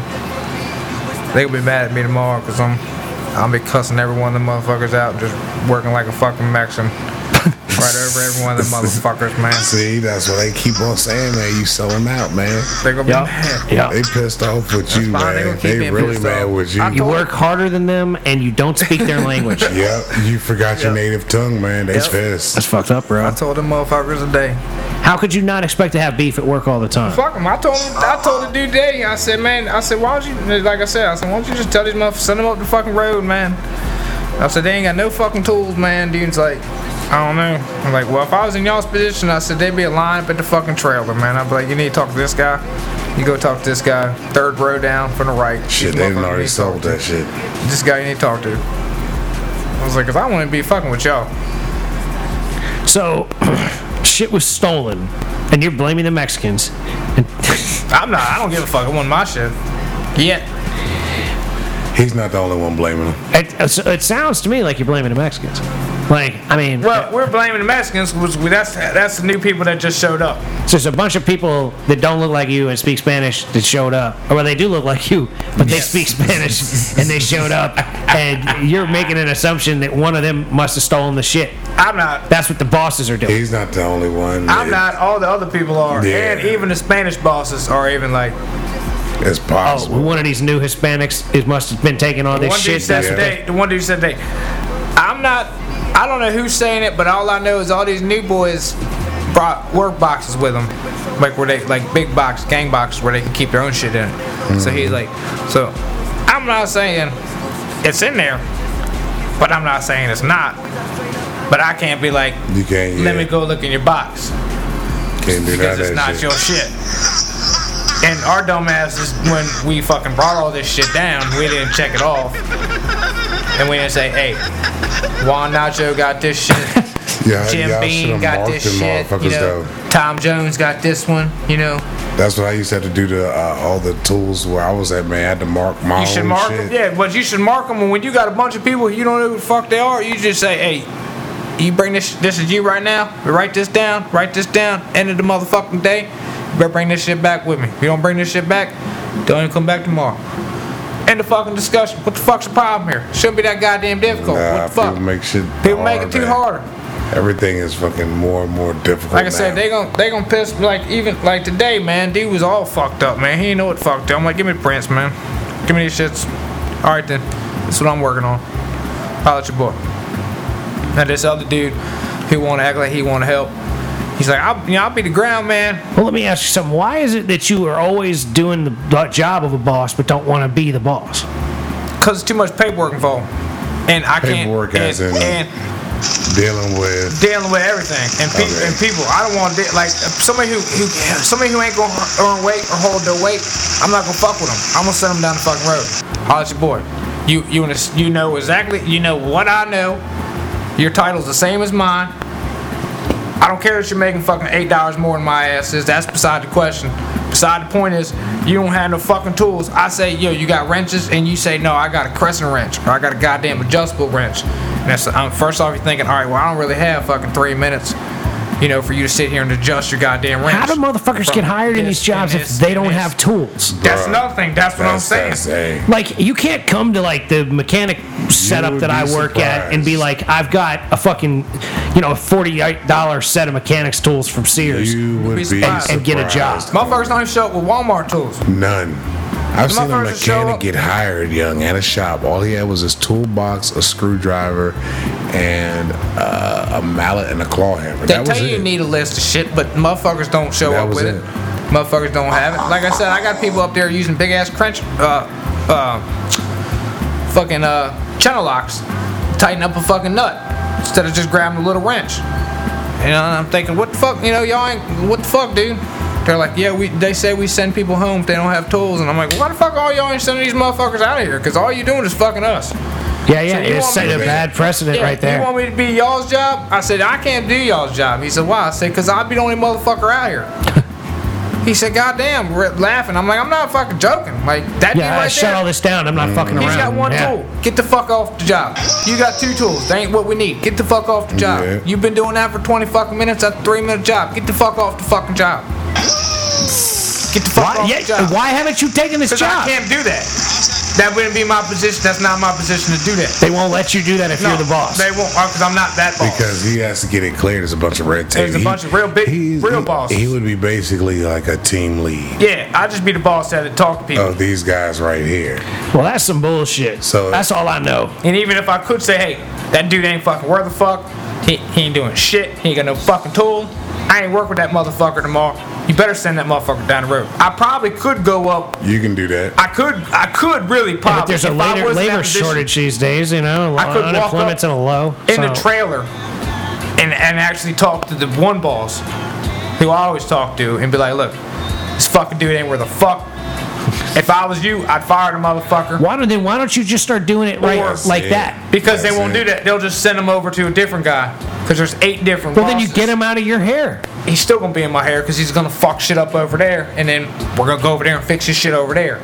They'll be mad at me tomorrow because I'm. I'll be cussing every one of them motherfuckers out, just working like a fucking Mexican. right over every one of them motherfuckers, man.
See, that's what they keep on saying, man. You selling out, man.
They're gonna
Yeah,
be mad.
yeah.
They pissed off with you,
fine. They gonna
man.
keep
They
being
really
pissed
mad
off.
with you.
I'm-
You work harder than them, and you don't speak their language.
Yep, you forgot your native tongue, man. They
Yep.
pissed.
That's fucked up, bro.
I told them motherfuckers today.
How could you not expect to have beef at work all the time?
Fuck him. I told him. I told the dude daddy. I said, man. I said, why don't you? Like I said, I said, why don't you just tell these motherfuckers send them up the fucking road, man. I said they ain't got no fucking tools, man. Dude's like, I don't know. I'm like, well, if I was in y'all's position, I said they'd be a line up at the fucking trailer, man. I'd be like, you need to talk to this guy. You go talk to this guy. Third row down from the right.
Shit,
These
they
motherfuckers
done already
need to talk
sold
to.
that shit.
This guy you need to talk to. I was like, cause I wouldn't be fucking with y'all.
So, shit was stolen, and you're blaming the Mexicans. And
I'm not. I don't give a fuck. I want my shit. Yet.
He's not the only one blaming them.
it, it sounds to me like you're blaming the Mexicans. Like, I mean,
Well, we're blaming the Mexicans because we, that's that's the new people that just showed up.
it's just a bunch of people that don't look like you and speak Spanish that showed up. Or well, they do look like you, but they speak Spanish and they showed up. And you're making an assumption that one of them must have stolen the shit.
I'm not.
That's what the bosses are doing.
He's not the only one.
I'm
It-
not. All the other people are,
Yeah.
and even the Spanish bosses are even like.
It's
Oh,
possible.
one of these new Hispanics is must have been taking all
The
this
one dude
shit.
said
That's what
today. The one dude said today. I'm not. I don't know who's saying it, but all I know is all these new boys brought work boxes with them, like where they like big box, gang boxes where they can keep their own shit in. it. So
Mm-hmm.
he's like, so I'm not saying it's in there, but I'm not saying it's not. But I can't be like,
You can't.
Oh. let
yeah,
me go look in your box
Can't do
because
that.
it's
that
not
shit.
your shit. And our dumbasses, when we fucking brought all this shit down, we didn't check it off, and we didn't say, "Hey, Juan Nacho got this shit,
Yeah,
Jim
y'all
Beam
should've
got
marked
this
them
shit, you
motherfuckers,
know,
though.
Tom Jones got this one, you know."
That's what I used to have to do to uh, all the tools where I was at, man. I had to mark my
You should
own
mark
shit.
them, yeah, but you should mark them. And when you got a bunch of people you don't know who the fuck they are, you just say, "Hey, you bring this. This is you right now. Write this down. Write this down. End of the motherfucking day. You better bring this shit back with me. If you don't bring this shit back, don't even come back tomorrow." End of fucking discussion. What the fuck's the problem here? Shouldn't be that goddamn difficult.
Nah,
what the fuck?
people make shit.
People make it too
man.
harder.
Everything is fucking more and more difficult.
Like I said,
now.
they gon' they gon' piss like even like today, man. Dude was all fucked up, man. He ain't know what fucked up. I'm like, give me the prints, man. Give me these shits. All right then, that's what I'm working on. Holla at your boy. Now this other dude who want to act like he want to help. He's like, I'll, you know, I'll be the ground man.
Well, let me ask you something. Why is it that you are always doing the bo- job of a boss but don't want to be the boss?
Cause too much paperwork involved, and I can't.
Paperwork
and,
as in-
and
dealing with.
dealing with everything and, pe-
Okay.
and people. I don't want to like somebody who, who somebody who ain't gonna earn weight or hold their weight. I'm not gonna fuck with them. I'm gonna send them down the fucking road. Holla at your boy. You you wanna s- you know exactly you know what I know. Your title's the same as mine. I don't care that you're making fucking eight dollars more than my ass is. That's beside the question. Beside the point is, you don't have no fucking tools. I say, yo, you got wrenches, and you say, no, I got a crescent wrench or I got a goddamn adjustable wrench. And that's um, first off, you're thinking, all right, well, I don't really have fucking three minutes, you know, for you to sit here and adjust your goddamn wrench.
How do motherfuckers get hired in
Yes,
these jobs
and
if
it's-
they
and
don't
it's-
have tools?
That's
Bruh.
another thing. That's what I'm
That's
saying.
saying.
Like you can't come to like the mechanic setup
would
that
be
I work at and be
surprised.
like, I've got a fucking, you know, a forty-eight dollar set of mechanics tools from Sears.
You would be
be surprised.
surprised.
And get a job.
Motherfuckers don't even show up with Walmart tools.
None. I've seen a
motherfuckers show
mechanic
up-
get hired young at a shop. All he had was his toolbox, a screwdriver, and uh, a mallet and a claw hammer.
They
that was
tell you
it.
you need a list of shit, but motherfuckers don't show
That
up
was
with it.
it.
Motherfuckers don't have it. Like I said, I got people up there using big ass crunch, uh, uh, fucking uh, channel locks, to tighten up a fucking nut instead of just grabbing a little wrench. You know, and I'm thinking, what the fuck? You know, y'all ain't what the fuck, dude. They're like, yeah, we. They say we send people home if they don't have tools, and I'm like, why the fuck all y'all ain't sending these motherfuckers out of here? Cause all you doing is fucking us.
yeah, yeah,
So you
it's
want me
setting
to
a
be-
bad precedent
Yeah,
right
You
there.
want me to be y'all's job? I said, I can't do y'all's job. He said, why? I said, because I'd be the only motherfucker out here. he said, God damn, we're laughing. I'm like, I'm not fucking joking. Like,
Yeah,
that dude
I
right
shut
there,
all this down. I'm not
Mm-hmm.
fucking around.
he's got one
Yeah.
tool. Get the fuck off the job. You got two tools. They ain't what we need. Get the fuck off the job.
Yeah.
You've been doing that for 20 fucking minutes. That's a three minute job. Get the fuck off the fucking job. Get the fuck
Why,
off
yeah,
the job.
why haven't you taken this
Because
job?
I can't do that. That wouldn't be my position. That's not my position to do that.
They won't let you do that if you're the boss.
They won't, because I'm not that boss.
Because he has to get it cleared. There's a bunch of red tape.
There's a
He-
bunch of real big-
he's-
real
he-
bosses.
He would be basically like a team lead
Yeah, I just be the boss that talk to people.
Oh.
of these guys right here.
well, that's some bullshit.
So-
that's all I know.
and even if I could say, hey, that dude ain't fucking worth the fuck. He, he ain't doing shit. He ain't got no fucking tool. I ain't work with that motherfucker tomorrow. You better send that motherfucker down the road. I probably could go up.
You can do that.
I could I could really
Yeah,
probably.
but there's a
if I
labor,
was in that
labor
position,
shortage these days, you know.
I could walk up
Unemployment's in a low.
in the
so-
trailer and, and actually talk to the one boss who I always talk to and be like, look, this fucking dude ain't worth a fuck. If I was you, I'd fire the motherfucker.
Why don't then? Why don't you just start doing it right
Or-
like
Yeah.
that?
Because they
That's
won't
it.
do that. They'll just send him over to a different guy. Because there's eight different.
Well, then you
bosses.
get him out of your hair.
He's still gonna be in my hair because he's gonna fuck shit up over there, and then we're gonna go over there and fix his shit over there.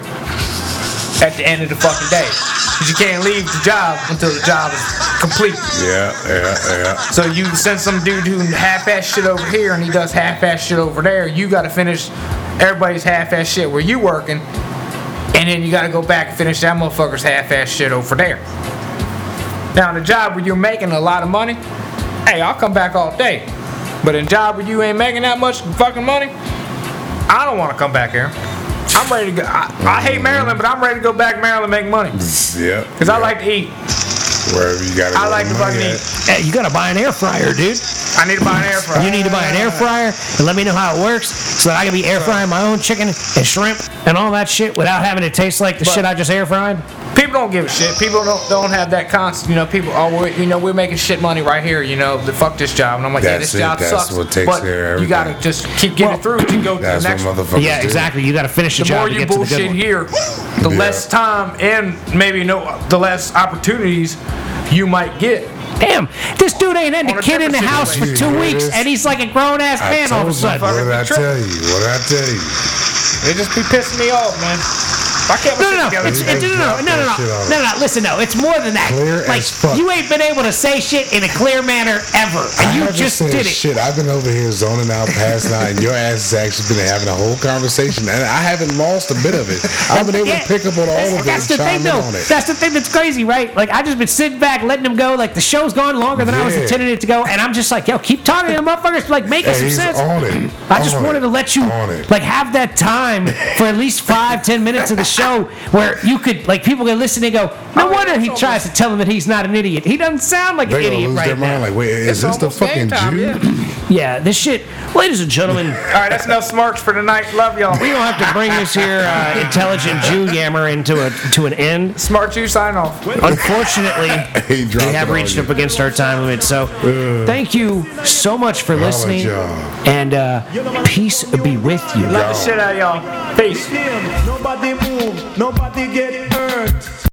at the end of the fucking day. 'Cause you can't leave the job until the job is complete.
Yeah, yeah, yeah.
So you send some dude who half-ass shit over here and he does half-ass shit over there. You got to finish everybody's half-ass shit where you working, and then you got to go back and finish that motherfucker's half-ass shit over there. Now, in a job where you're making a lot of money, hey, I'll come back all day. But in a job where you ain't making that much fucking money, I don't want to come back here. I'm ready to go. I, I hate Maryland, but I'm ready to go back to Maryland and make money.
Yep.
Because I like to eat.
wherever you gotta
I
go
like to
with
fucking
money
eat.
at.
Hey, you gotta buy an air fryer, dude.
I need to buy an air fryer.
You need to buy an air fryer and let me know how it works so that I can be air frying my own chicken and shrimp and all that shit without having it taste like the shit I just air fried.
people don't give a shit. People don't don't have that concept. You know, people are we you know we're making shit money right here. You know, the fuck this job, and I'm like, yeah,
That's
this
it.
job
That's
sucks.
what takes
but
care of
you gotta
everything.
just keep getting through to go to the
That's what
next one.
motherfuckers
Yeah,
do.
exactly. You gotta finish the,
The
job
more
to
you
get to the good
bullshit
one.
here, the
Yeah.
less time and maybe no the less opportunities you might get.
Damn, this dude ain't had
On
a
a
kid in the
different
house for
situation.
two
Yeah, it
weeks
is.
and he's like a grown ass
I
man all of a sudden.
told you, What did I tell you? What did I tell you?
It just be pissing me off, man. If I can't
No, no, no.
together,
It's,
You
it's, no,
ain't
no, no,
got
no, no,
that shit
no,
on
no, no. Listen, no. It's more than that.
Clear
like
as fuck.
you ain't been able to say shit in a clear manner ever, and
I
you
haven't
just
said
did it.
Shit, I've been over here zoning out past now, and your ass has actually been having a whole conversation, and I haven't lost a bit of it. I've been able
Yeah.
to pick up on all of it
That's
and
the thing,
chime
though.
in on it.
That's the thing that's crazy, right? Like I just been sitting back, letting them go. Like the show's gone longer than I was
Yeah.
intending it to go, and I'm just like, yo, keep talking to them motherfuckers. Like make
And
some
he's
sense.
on it.
I just
on
wanted to
it,
let you
on it.
like have that time for at least five, ten minutes of the show where you could like people can listen and go, no
Oh,
wonder
it's
he
almost-
tries to tell them that he's not an idiot. He doesn't sound like
They're
an
gonna
idiot
lose
right
their
now.
mind. Like, wait, is this the
almost game
fucking
time,
Jew?
yeah.
Yeah, this shit, ladies and gentlemen.
All right, that's enough smirks for tonight. Love y'all.
We don't have to bring this here uh, intelligent Jew yammer into a to an end.
Smart you sign off.
Unfortunately,
He dropped
we have
it on
reached
you.
up against our time limit. So, thank you so much for listening,
y'all.
and uh, peace be with you.
Love the shit out of y'all. Peace.
Nobody move, nobody get hurt.